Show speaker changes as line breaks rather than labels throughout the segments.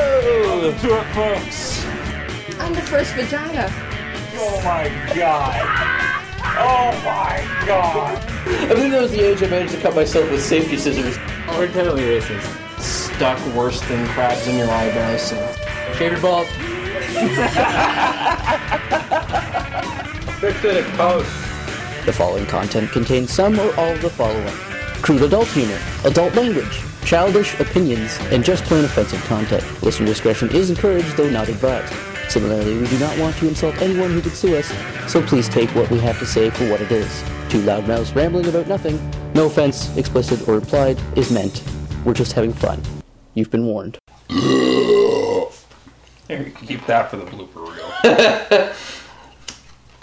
the two folks.
I'm the first vagina.
Oh my god. Oh my god.
I believe that was the age I managed to cut myself with safety scissors.
We're totally racist.
Stuck worse than crabs in your eyebrows. So.
Shaver balls.
Fix it in post.
The following content contains some or all of the following crude adult humor, adult language, childish opinions, and just plain offensive content. Listener discretion is encouraged, though not advised. Similarly, we do not want to insult anyone who could sue us, so please take what we have to say for what it is. Two loudmouths rambling about nothing, no offense, explicit or implied, is meant. We're just having fun. You've been warned.
Here, you can keep that for the blooper reel.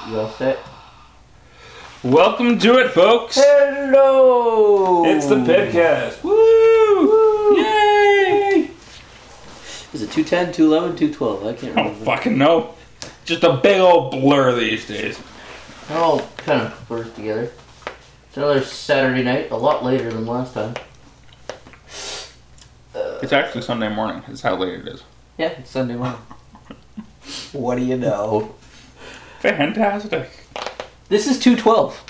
You all set?
Welcome to it, folks.
Hello!
It's the Pipcast. Woo! Yay!
Is it 210, 211, 212? I can't
I don't
remember.
fucking know. Just a big old blur these days.
They're all kind of blurred together. It's another Saturday night, a lot later than last time.
It's actually Sunday morning. Is how late it is.
Yeah, it's Sunday morning. what do you know?
Fantastic.
This is 212.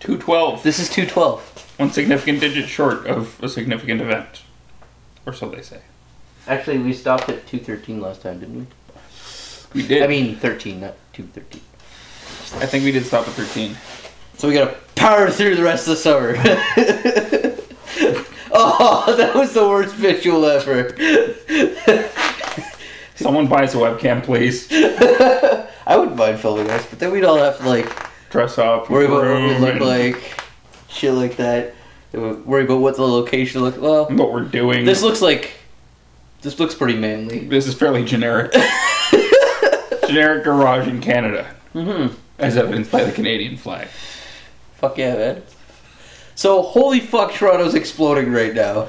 212.
This is 212.
One significant digit short of a significant event. Or so they say.
Actually, we stopped at 213 last time, didn't we?
We did.
I mean, 13, not 213.
I think we did stop at 13.
So we gotta power through the rest of the summer. oh, that was the worst visual ever.
Someone buys a webcam, please.
I wouldn't mind filming us, but then we'd all have to, like,
Dress up.
worry about what we
groom,
look
and
like, shit like that. Worry about what the location looks well.
What we're doing.
This looks like. This looks pretty manly.
This is fairly generic. generic garage in Canada,
Mm-hmm.
as evidenced by the Canadian flag.
Fuck yeah, man. So, holy fuck, Toronto's exploding right now.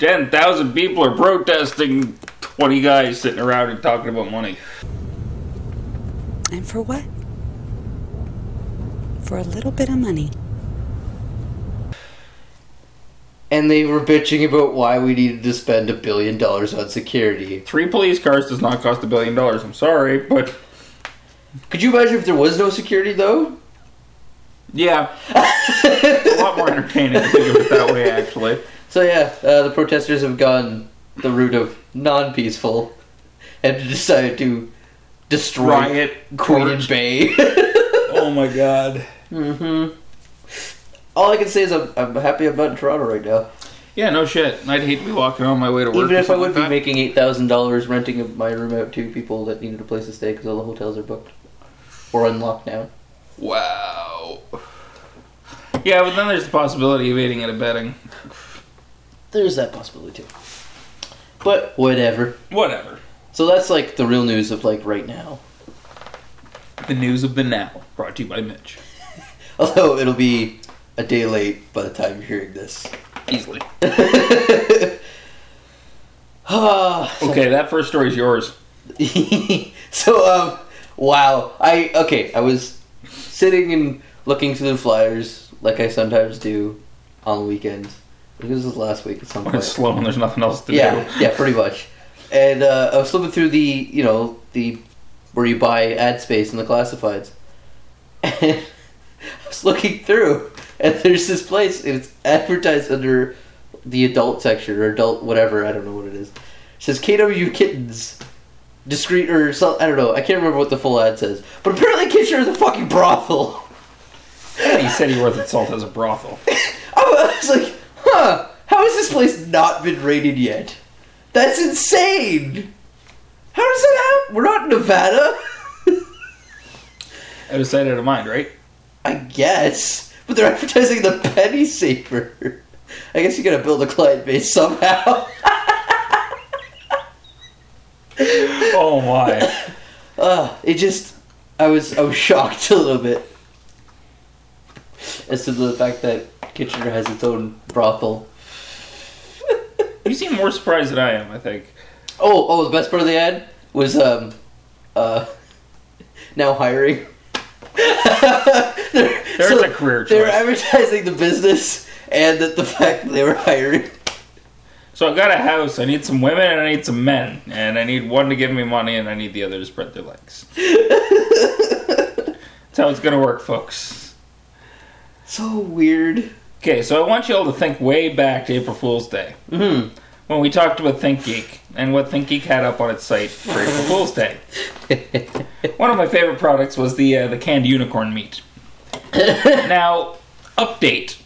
10,000 people are protesting 20 guys sitting around and talking about money.
And for what? For a little bit of money.
And they were bitching about why we needed to spend a billion dollars on security.
Three police cars does not cost a billion dollars, I'm sorry, but
Could you imagine if there was no security, though?
yeah. it's a lot more entertaining to think of it that way, actually.
So, yeah, uh, the protesters have gone the route of non peaceful and decided to destroy
Riot,
Queen
torch.
and Bay.
Oh my god.
Mm-hmm. All I can say is I'm, I'm happy I'm not in Toronto right now.
Yeah, no shit. and I'd hate to be walking on my way to work.
Even
or
if I
something
would be
like that.
making eight thousand dollars renting my room out to people that needed a place to stay because all the hotels are booked or on lockdown.
Wow. Yeah, but then there's the possibility of aiding and abetting.
There's that possibility too. But whatever.
Whatever.
So that's like the real news of like right now.
The news of the now, brought to you by Mitch.
Although it'll be a day late by the time you're hearing this.
Easily.
Ah, so-
Okay, that first story's yours.
so um wow i okay i was sitting and looking through the flyers like i sometimes do on the weekends I think this was last week at some
When it's
point
slow and there's nothing else to
yeah
do.
yeah pretty much and uh, i was flipping through the you know the where you buy ad space in the classifieds and i was looking through and there's this place and it's advertised under the adult section or adult whatever i don't know what it is it says kw kittens discreet or some, I don't know. I can't remember what the full ad says. But apparently Kitchener is a fucking brothel.
He said he worth itself as a brothel.
I was like, huh, how has this place not been rated yet? That's insane! How does that happen? We're not in Nevada?
Out of sight, out of mind, right?
I guess. But they're advertising the penny saver. I guess you gotta build a client base somehow.
Oh my.
Uh, it just I was I was shocked a little bit as to the fact that Kitchener has its own brothel.
You seem more surprised than I am, I think.
Oh, oh, the best part of the ad was um, uh, now hiring. they're,
There's a career
They were
choice.
advertising the business and that the fact that they were hiring.
So, So I got a house. I need some women and I need some men, and I need one to give me money, and I need the other to spread their legs. That's how it's gonna work, folks.
So weird.
Okay, so I want you all to think way back to April Fool's Day
Hmm.
when we talked about Think Geek and what Think Geek had up on its site for April Fool's Day. One of my favorite products was the uh, the canned unicorn meat. now, update.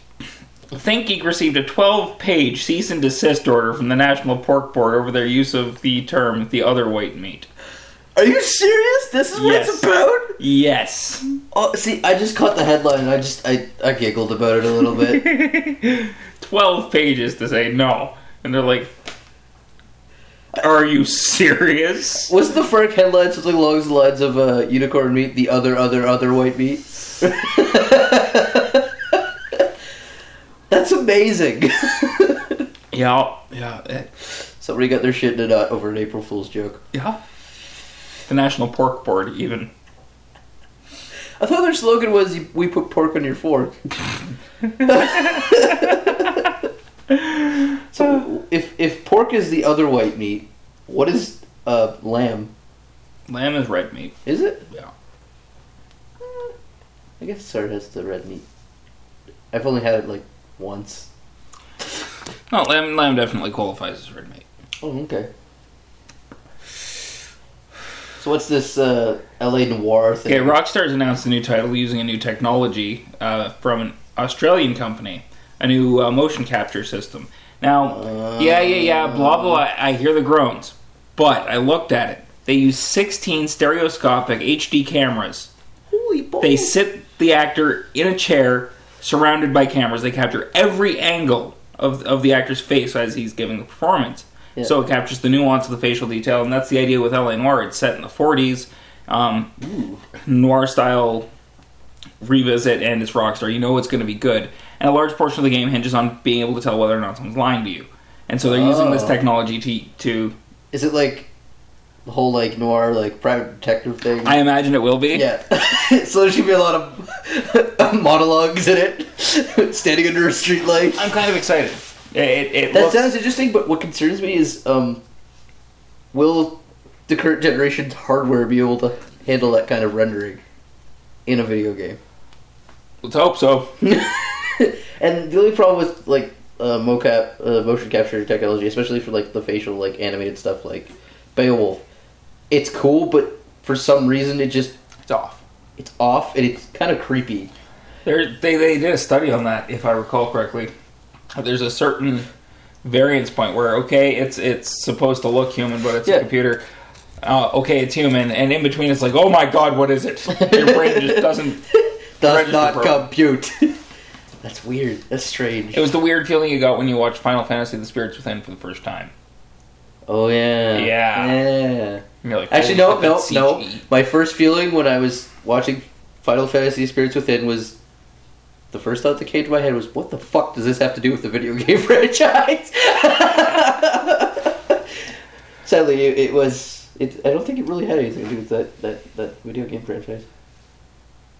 ThinkGeek received a 12-page cease and desist order from the National Pork Board over their use of the term "the other white meat."
Are you serious? This is what
Yes.
it's about?
Yes.
Oh, see, I just caught the headline and I just I, I giggled about it a little bit.
12 pages to say no. And they're like, Are you serious?
Wasn't the Frank headline something along the lines of uh, unicorn meat, the other other other white meat? That's amazing.
Yeah. Yeah. eh,
Somebody got their shit in a knot over an April Fool's joke.
Yeah. The National Pork Board, even.
I thought their slogan was "We put pork on your fork." so, if if pork is the other white meat, what is uh, lamb?
Lamb is red meat.
Is it?
Yeah.
Eh, I guess sir has the red meat. I've only had it like once.
No, lamb, lamb definitely qualifies as red meat.
Oh, okay. So what's this uh, LA noir thing?
Okay, Rockstar's announced a new title using a new technology uh, from an Australian company, a new uh, motion capture system. Now, yeah, yeah, yeah, blah, blah, I, I hear the groans. But I looked at it. They use 16 stereoscopic HD cameras.
Holy balls.
They sit the actor in a chair surrounded by cameras. They capture every angle of, of the actor's face as he's giving the performance.
Yeah.
So it captures the nuance of the facial detail, and that's the idea with LA Noir. It's set in the 40s, um, noir style revisit, and it's Rockstar. You know it's going to be good. And a large portion of the game hinges on being able to tell whether or not someone's lying to you. And so they're using this
Oh.
technology to, to.
Is it like the whole like noir like private detective thing?
I imagine it will be.
yeah. so there should be a lot of monologues in it, standing under a streetlight.
I'm kind of excited. It, it, it
That
looks-
sounds interesting, but what concerns me is um, will the current generation's hardware be able to handle that kind of rendering in a video game?
let's hope so.
And the only problem with like uh, mocap, uh, motion capture technology, especially for like the facial, like animated stuff, like Beowulf, it's cool, but for some reason it just
It's off.
it's off and it's kind of creepy.
There, they, they did a study on that, if I recall correctly. There's a certain variance point where okay, it's it's supposed to look human, but it's
Yeah.
a computer. Uh, okay, it's human, and in between, it's like, oh my god, what is it? Your brain just doesn't.
Does
Register
not
pro.
compute. That's weird. That's strange.
It was the weird feeling you got when you watched Final Fantasy: The Spirits Within for the first time.
Oh yeah.
Yeah.
Yeah.
And you're like,
Actually, no,
holy
no,
fuck,
no.
that's CG.
My first feeling when I was watching Final Fantasy Spirits Within was the first thought that came to my head was, "What the fuck does this have to do with the video game franchise?" Sadly, it, it was. It, I don't think it really had anything to do with that, that, that video game franchise.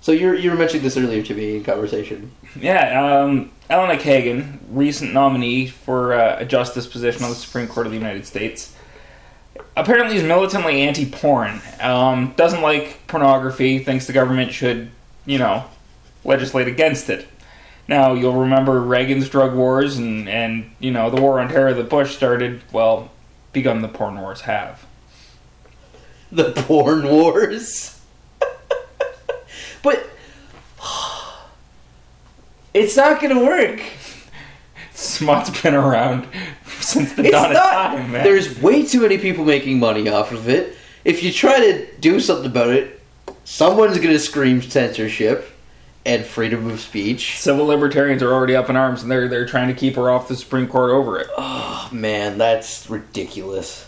So you were- you were mentioning this earlier to me in conversation.
Yeah, um, Elena Kagan, recent nominee for uh, a justice position on the Supreme Court of the United States, apparently is militantly anti-porn. Um, doesn't like pornography. Thinks the government should, you know, legislate against it. Now you'll remember Reagan's drug wars and and you know the war on terror that Bush started. Well, begun the porn wars have.
The porn wars. but it's not gonna work.
Smut's been around since the
It's
dawn
not.
of time. Man.
There's way too many people making money off of it. If you try to do something about it, someone's going to scream censorship and freedom of speech.
civil libertarians are already up in arms and they're they're trying to keep her off the Supreme Court over it.
Oh, man, that's ridiculous.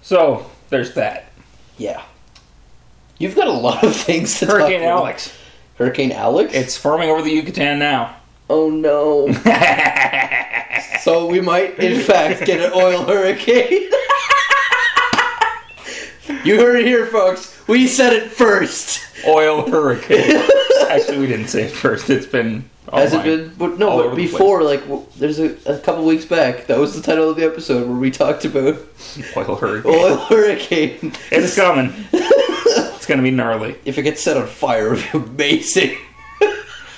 So there's that.
Yeah. You've got a lot of things to talk
Hurricane
about.
Alex.
Hurricane Alex?
It's forming over the Yucatan now.
Oh, no. so we might, in fact, get an oil hurricane. you heard it here, folks. We said it first.
Oil hurricane. Actually, we didn't say it first. It's been Oh
Has it
my.
been? But no,
All
but
over the
before, like, w- there's a, a couple weeks back, that was the title of the episode where we talked about
Oil hurricane.
oil hurricane.
It's coming. it's gonna be gnarly.
If it gets set on fire, it would be amazing.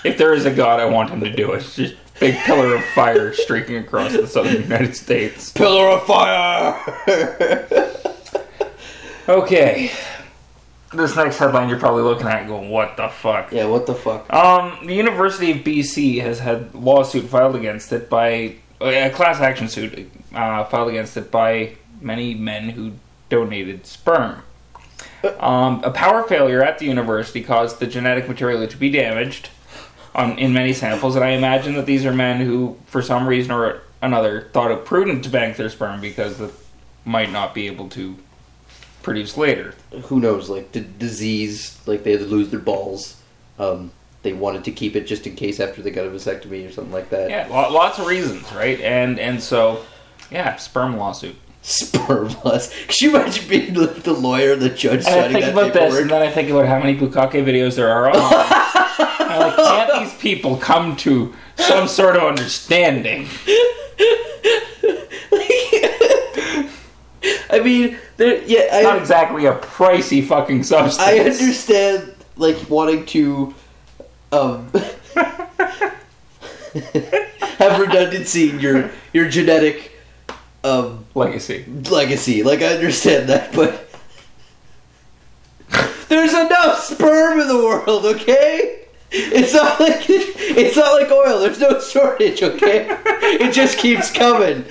If there is a god, I want him to do it. Just big pillar of fire streaking across the southern United States.
Pillar of fire!
Okay. This next headline you're probably looking at and going, what the fuck?
yeah, what the fuck?
Um, the University of BC has had lawsuit filed against it by uh, a class action suit uh, filed against it by many men who donated sperm. Um, a power failure at the university caused the genetic material to be damaged on, in many samples, and I imagine that these are men who, for some reason or another, thought it prudent to bank their sperm because it might not be able to produce later.
Who knows? Like, the disease, like, they had to lose their balls. Um, they wanted to keep it just in case after they got a vasectomy or something like that.
Yeah, lo- lots of reasons, right? And and so, yeah, sperm lawsuit.
Sperm loss. Could you imagine being like, the lawyer and the judge
And I
signing
think
that
about this,
paperwork?
and then I think about how many bukake videos there are. Online. I'm like, can't these people come to some sort of understanding?
I mean, there. Yeah, I,
It's not exactly a pricey fucking substance.
I understand, like, wanting to, um, have redundancy in your, your genetic, um,
Legacy.
legacy. Like, I understand that, but there's enough sperm in the world, okay? It's not like it's not like oil. There's no shortage, okay? It just keeps coming.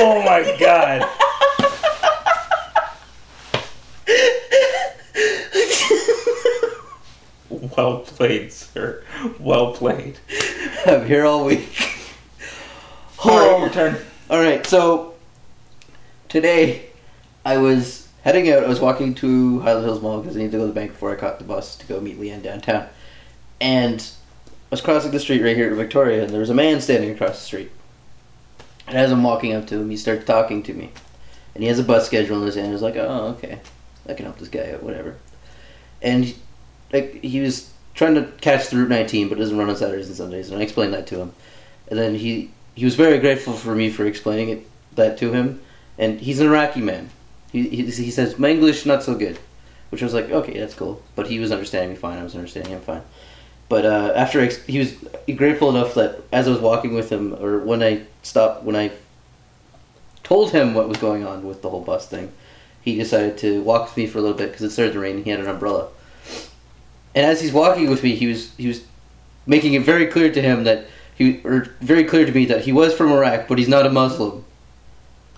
Oh my god. well played, sir. Well played.
I'm here all week.
All right, your turn.
All right, so today I was heading out. I was walking to Highland Hills Mall because I needed to go to the bank before I caught the bus to go meet Leanne downtown. And I was crossing the street right here at Victoria, and there was a man standing across the street. And as I'm walking up to him, he starts talking to me. And he has a bus schedule in his hand. I was like, oh, okay. I can help this guy out, whatever. And like, he was trying to catch the Route 19, but it doesn't run on Saturdays and Sundays. And I explained that to him. And then he, he was very grateful for me for explaining it, that to him. And he's an Iraqi man. He, he, he says, my English not so good. Which I was like, okay, that's cool. But he was understanding me fine. I was understanding him fine. But uh, after ex- he was grateful enough that as I was walking with him, or when I stopped, when I told him what was going on with the whole bus thing, he decided to walk with me for a little bit because it started to rain. and He had an umbrella, and as he's walking with me, he was he was making it very clear to him that he or very clear to me that he was from Iraq, but he's not a Muslim.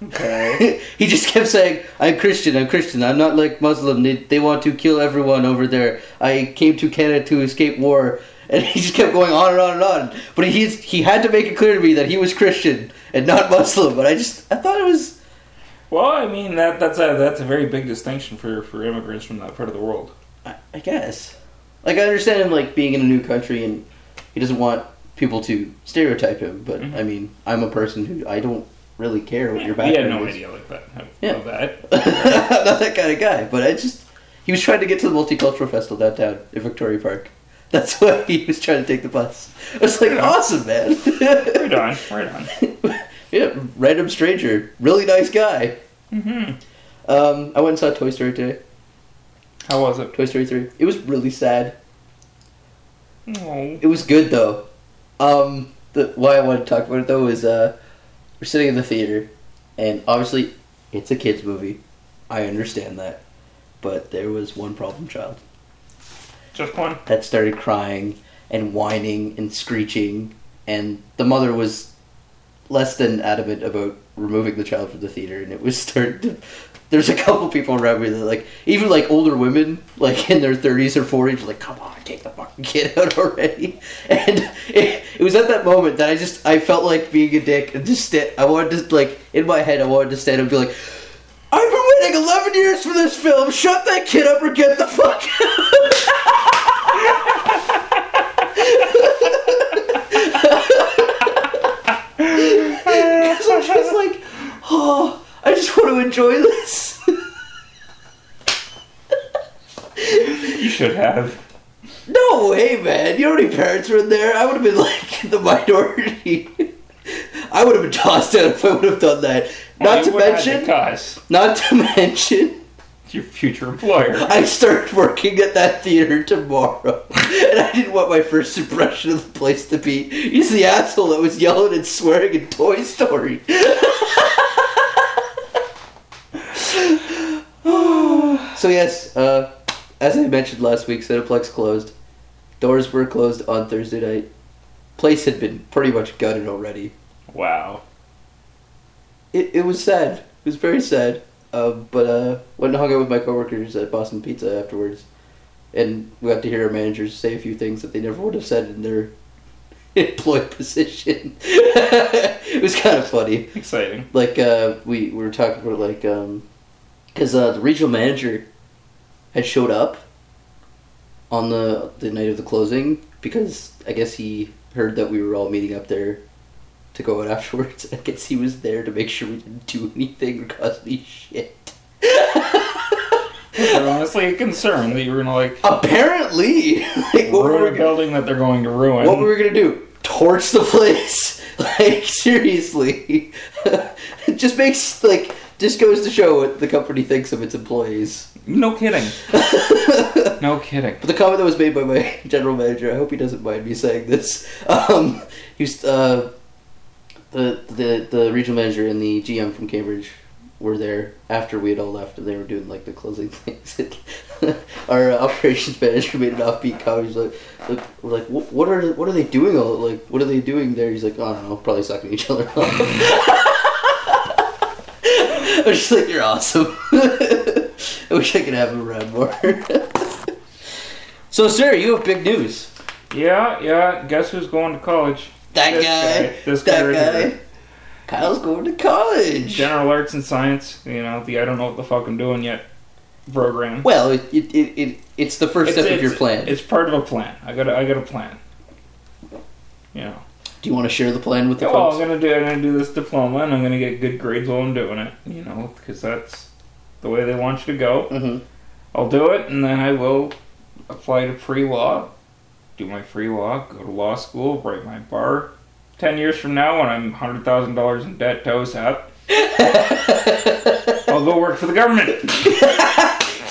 Okay. he just kept saying, "I'm Christian. I'm Christian. I'm not like Muslim. They they want to kill everyone over there. I came to Canada to escape war." And he just kept going on and on and on. But he's he had to make it clear to me that he was Christian and not Muslim. But I just I thought it was
Well, I mean that that's a that's a very big distinction for for immigrants from that part of the world.
I, I guess. Like I understand him like being in a new country and he doesn't want people to stereotype him, but
Mhm.
I mean, I'm a person who I don't really care what your
We had
background
no
is.
idea like that. of
Yeah.
that.
I'm not that kind of guy, but I just he was trying to get to the multicultural festival downtown in Victoria Park. That's why he was trying to take the bus. I was like,
Yeah.
awesome, man.
Right on, right on.
yeah, random stranger, really nice guy.
hmm
Um, I went and saw Toy Story today.
How was it?
Toy Story three. It was really sad.
Oh,
It was good though. Um, the, why I want to talk about it though is uh, we're sitting in the theater, and obviously it's a kids movie. I understand that, but there was one problem child
just one.
that started crying and whining and screeching, and the mother was less than adamant about removing the child from the theater, and it was starting to. There's a couple people around me that like even like older women like in their 30s or 40s like come on take the fucking kid out already and it, it was at that moment that I just I felt like being a dick and just stand, I wanted to like in my head I wanted to stand up and be like I've been waiting 11 years for this film shut that kid up or get the fuck out So I'm just like, oh, I just want to enjoy
You should have.
No way, man. You know how many parents were in there? I would have been like the minority. I would have been tossed out if I would have done that. Not to
Why would I?
mention,
Because
not to mention,
it's your future employer.
I start working at that theater tomorrow, and I didn't want my first impression of the place to be he's the asshole that was yelling and swearing in Toy Story. so yes, uh, as I mentioned last week, Cineplex closed. Doors were closed on Thursday night. Place had been pretty much gutted already.
Wow.
It, it was sad. It was very sad. Um, but uh, went and hung out with my coworkers at Boston Pizza afterwards, and we got to hear our managers say a few things that they never would have said in their employed position. it was kind of funny.
Exciting.
Like uh, we, we were talking about like because uh, the regional manager had showed up on the the night of the closing because I guess he heard that we were all meeting up there to go out afterwards. I guess he was there to make sure we didn't do anything or cause any shit.
They're honestly concerned that you were gonna like
Apparently, like what
ruin
were,
a
we gonna,
building that they're going to ruin.
what were we gonna do? Torch the place? like seriously? it just makes like just goes to show what the company thinks of its employees.
no kidding. No kidding.
But the comment that was made by my general manager, I hope he doesn't mind me saying this. Um, he was, uh, the, the the regional manager and the GM from Cambridge were there after we had all left, and they were doing like the closing things. Our uh, operations manager made an offbeat comment. He's like, like, we're like "Wh- what are what are they doing? All like, what are they doing there? He's like, I don't know, probably sucking each other off. I was just like, you're awesome. I wish I could have him around more. so, sir, you have big news.
Yeah, yeah. Guess who's going to college?
That
This
guy,
guy, this guy right
that guy.
here.
Kyle's going to college.
General arts and science. You know the I don't know what the fuck I'm doing yet program.
Well, it, it, it, it it's the first step of your plan.
It's part of a plan. I got I got a plan. You know.
Do you want to share the plan with the
Yeah, well, I'm
folks?
gonna do. I'm gonna do this diploma, and I'm gonna get good grades while I'm doing it. You know, because that's the way they want you to go.
Mhm.
I'll do it, and then I will apply to pre-law, do my free law, go to law school, write my bar. Ten years from now, when I'm hundred thousand dollars in debt to OSAP,
Mm-hmm.
I'll go work for the government.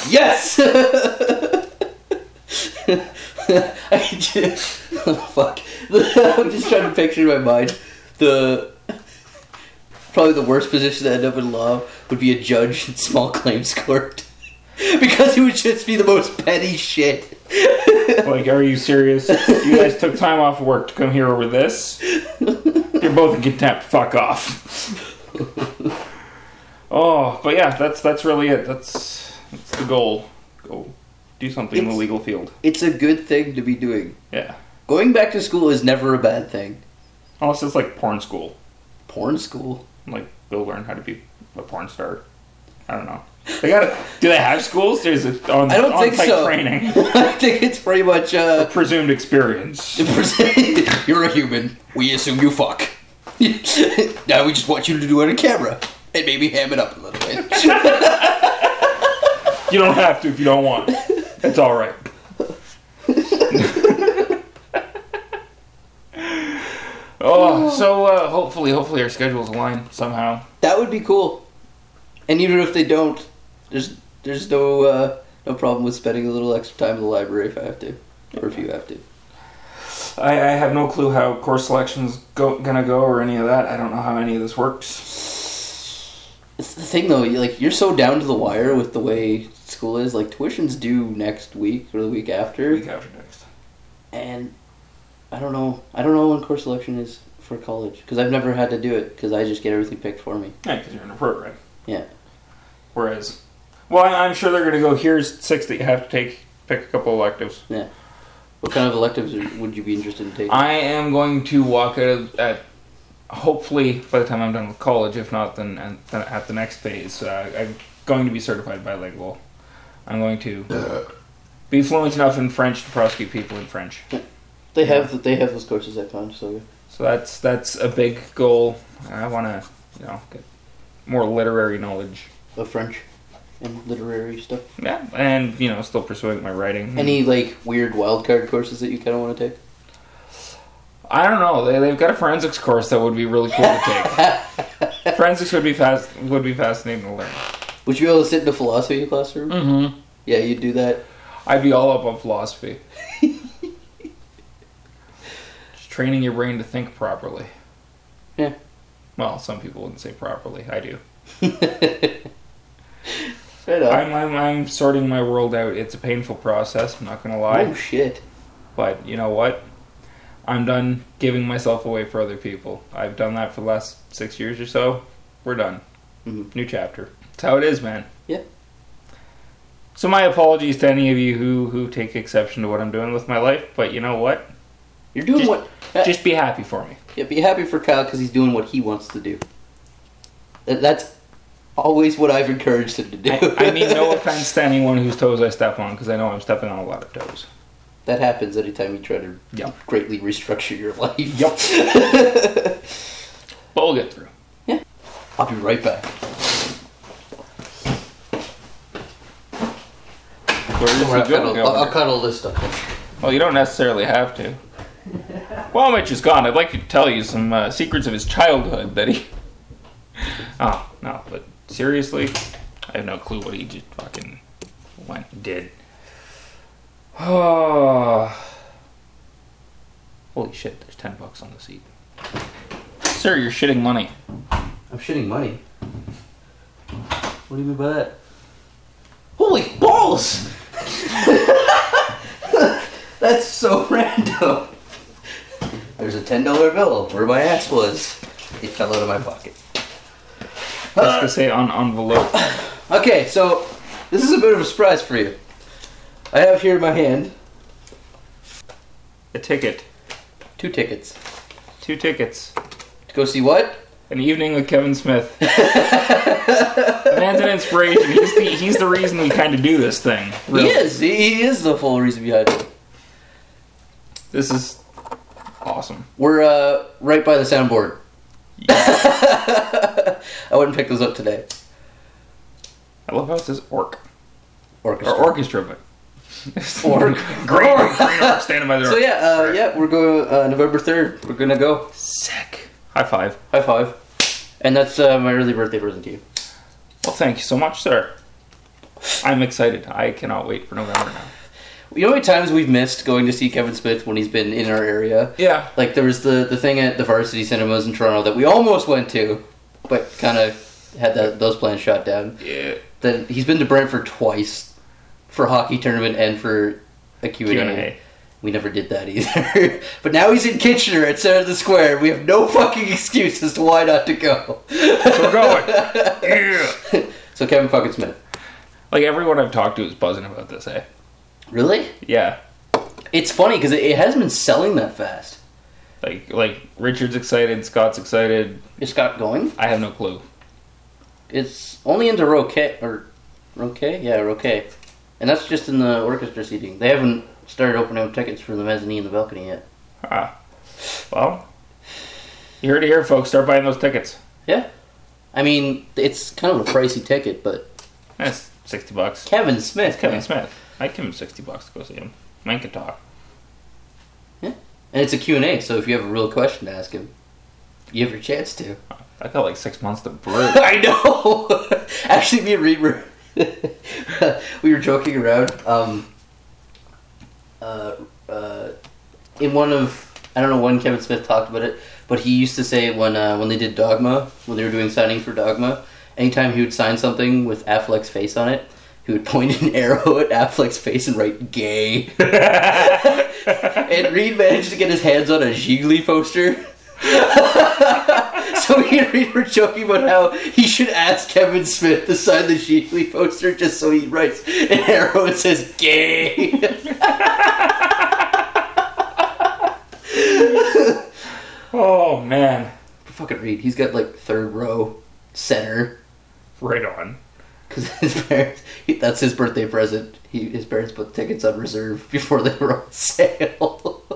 Yes. I just oh, fuck. I'm just trying to picture in my mind the probably the worst position to end up in law would be a judge in small claims court because it would just be the most petty shit.
like, are you serious? You guys took time off work to come here over this. You're both in contempt. Fuck off. oh, but yeah, that's that's really it. That's that's the goal. Go do something in the
It's-
legal field.
It's a good thing to be doing.
Yeah,
Going back to school is never a bad thing.
unless it's like porn school.
Porn school.
Like, go learn how to be a porn star. I don't know. They got do they have schools? There's a on
I don't
on-site
think so.
training
I think it's pretty much uh
presumed experience.
You're a human. We assume you fuck. now we just want you to do it on camera and maybe ham it up a little bit.
You don't have to if you don't want. It's all right. oh, so uh, hopefully, hopefully our schedules align somehow.
that would be cool. And even if they don't, there's there's no uh, no problem with spending a little extra time in the library if I have to, or if you have to.
I, I have no clue how course selections go, gonna go or any of that. I don't know how any of this works.
It's the thing though, you- like you're so down to the wire with the way school is. Like tuition's due next week or the week after,
Week after next.
and I don't know. I don't know when course selection is for college because I've never had to do it because I just get everything picked for me.
Yeah, because you're in a program.
Yeah.
Whereas, well, I- I'm sure they're gonna go here's six that you have to take. Pick a couple electives.
What kind of electives are- would you be interested in taking?
I am going to walk out of, at hopefully by the time I'm done with college. If not, then and then at the next phase, uh, I'm going to be certified bilingual. I'm going to be fluent enough in French to prosecute people in French.
They have they have those courses at Conestoga.
So that's that's a big goal. I want to you know get more literary knowledge
Of uh, French. and literary stuff.
Yeah, and you know, still pursuing my writing.
Any like weird wild card courses that you kind of want to take?
I don't know. They they've got a forensics course that would be really cool to take. forensics would be fast would be fascinating to learn.
Would you be able to sit in a philosophy classroom?
Mm-hmm.
Yeah, you'd do that.
I'd be all up on philosophy. Just training your brain to think properly.
Yeah.
Well, some people wouldn't say properly. I do.
right on.
I'm, I'm, I'm sorting my world out. It's a painful process. I'm not gonna lie.
Oh shit!
But you know what? I'm done giving myself away for other people. I've done that for the last six years or so. We're done.
Mhm.
New chapter. That's how it is, man.
Yeah.
So my apologies to any of you who who take exception to what I'm doing with my life, but you know what?
You're doing
Just-
what? uh,
Just be happy for me.
yeah, be happy for Kyle because he's doing what he wants to do. That, that's always what I've encouraged him to do.
I, I mean, no offense to anyone whose toes I step on, because I know I'm stepping on a lot of toes.
that happens anytime you try to
Yeah.
greatly restructure your life.
But we'll get through.
I'll be right back.
Where is the
I'll
joke
cut, all, I'll, I'll
going?
cut all this stuff.
Well, you don't necessarily have to. While Mitch is gone, I'd like to tell you some uh, secrets of his childhood that he. Oh, no, but seriously, I have no clue what he just fucking went and did. Oh. Holy shit, there's 10 bucks on the seat. Sir, you're shitting money.
I'm shitting money. What do you mean by that? Holy balls! That's so random. There's a ten dollar bill where my ass was. It fell out of my pocket.
I was gonna say on envelope.
Okay, so this is a bit of a surprise for you. I have here in my hand
A ticket.
two tickets
Two tickets.
to go see what?
An evening with Kevin Smith. The man's an inspiration. He's the, he's the reason we kind of do this thing.
He is. He, he is the full reason behind it.
This is awesome.
We're uh, right by the soundboard. I wouldn't pick those up today.
I love how it says orc. Or
Orchestra.
orchestra, but.
Orc.
Great. Great orc standing by the
So
door.
yeah, uh, yeah, we're going uh, November third. We're gonna go.
Sick. High five.
High five. And that's uh, my early birthday present to you.
Well, thank you so much, sir. I'm excited. I cannot wait for November now.
You know how many times we've missed going to see Kevin Smith when he's been in our area?
Yeah.
Like there was the the thing at the Varsity Cinemas in Toronto that we almost went to, but kind of had that, those plans shot down.
Yeah.
Then he's been to Brentford twice for hockey tournament and for a Q&A.
Q&A.
We never did that either. but now he's in Kitchener at Center of the Square. We have no fucking excuse as to why not to go.
So we're going. yeah.
so Kevin fucking Smith.
Like everyone I've talked to is buzzing about this, eh?
Really?
Yeah.
It's funny because it, it hasn't been selling that fast.
Like like Richard's excited, Scott's excited.
It's got going.
I have no clue.
It's only into Roquet or Roquet, yeah, Roquet, and that's just in the orchestra seating. They haven't started opening up tickets for the mezzanine and the balcony yet.
Ah. Well, you heard it here, folks. Start buying those tickets.
Yeah, I mean it's kind of a pricey ticket, but
That's sixty bucks.
Kevin Smith,
Kevin
man.
Smith. I give him sixty bucks to go see him. Man can talk.
and it's a Q and A. So if you have a real question to ask him, you have your chance to.
I got like six months to brew.
I know. Actually, me and Reed were we were joking around. Um, uh, uh, in one of I don't know when Kevin Smith talked about it, but he used to say when uh, when they did Dogma, when they were doing signing for Dogma, anytime he would sign something with Affleck's face on it, he would point an arrow at Affleck's face and write "gay." and Reed managed to get his hands on a Gigli poster. so me and Reed were joking about how he should ask Kevin Smith to sign the Gigli poster just so he writes an arrow that says gay.
oh man.
Fucking Reed, he's got like third row center
Right on.
because his parents, he, that's his birthday present. He, his parents put tickets on reserve before they were on sale.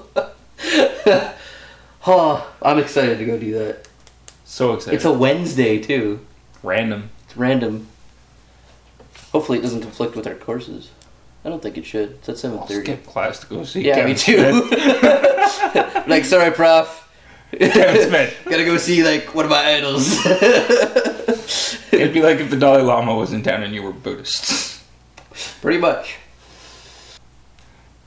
oh, I'm excited to go do that.
So excited.
It's a Wednesday too.
random.
It's random. Hopefully, it doesn't conflict with our courses. I don't think it should. It's at seven
I'll
thirty.
skip class to go see.
Yeah,
Kevin
me too.
Smith.
like, sorry, prof.
Kevin Smith.
Gotta go see like one of my idols.
It'd be like if the Dalai Lama was in town and you were Buddhist.
Pretty much.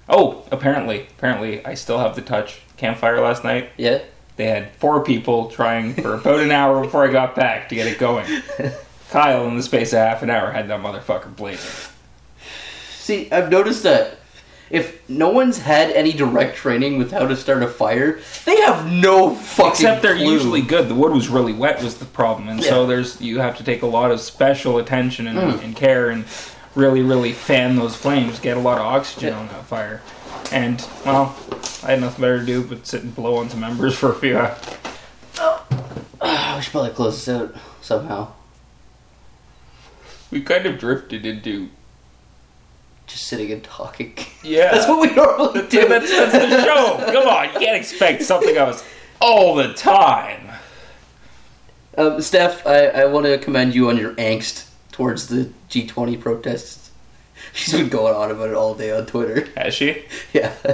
Oh, apparently, apparently, I still have the touch. Campfire last night.
Yeah.
They had four people trying for about an hour before I got back to get it going. Kyle, in the space of half an hour, had that motherfucker blazing.
See, I've noticed that if no one's had any direct training with how to start a fire, they have no fucking.
Except they're
clue.
usually good. The wood was really wet was the problem, and so there's you have to take a lot of special attention and, and care and really, really fan those flames, get a lot of oxygen
Yeah.
on that fire. And well, I had nothing better to do but sit and blow on some embers for a few hours.
Ah, we should probably close this out somehow.
We kind of drifted into
Just sitting and talking.
yeah.
That's what we normally do.
that's, that's the show. Come on, you can't expect something else all the time.
Um, Steph, I, I want to commend you on your angst towards the G20 protests. She's been going on about it all day on Twitter.
Has she?
Yeah.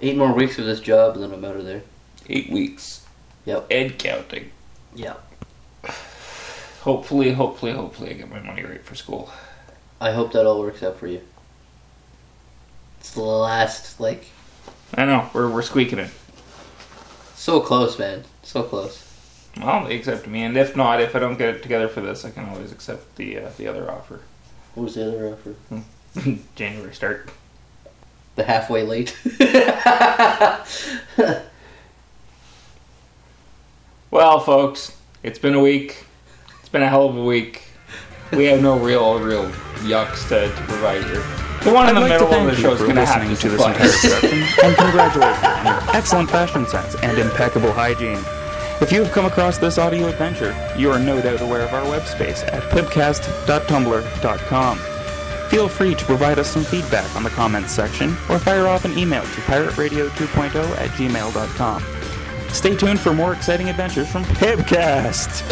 Eight more weeks of this job, and then I'm out of there.
Eight weeks
Yep.
and counting.
Yeah.
Hopefully, hopefully, hopefully, I get my money right for school.
I hope that all works out for you. It's the last, like,
I know we're we're squeaking it.
so close, man. So close.
Well, they accept me, and if not, if I don't get it together for this, I can always accept the uh, the other offer.
What was the other offer?
January start.
The halfway late.
Well, folks, it's been a week. It's been a hell of a week. We have no real real yucks to, to provide here. The one in the
I'd like to
middle of
thank
the
you
show is
for
going to have
listening to
to
this entire
suffice.
production and congratulate you on your excellent fashion sense and impeccable hygiene. If you have come across this audio adventure, you are no doubt aware of our web space at pibcast.tumblr.com. Feel free to provide us some feedback on the comments section or fire off an email to pirateradio2.0 at gmail.com. Stay tuned for more exciting adventures from Pibcast!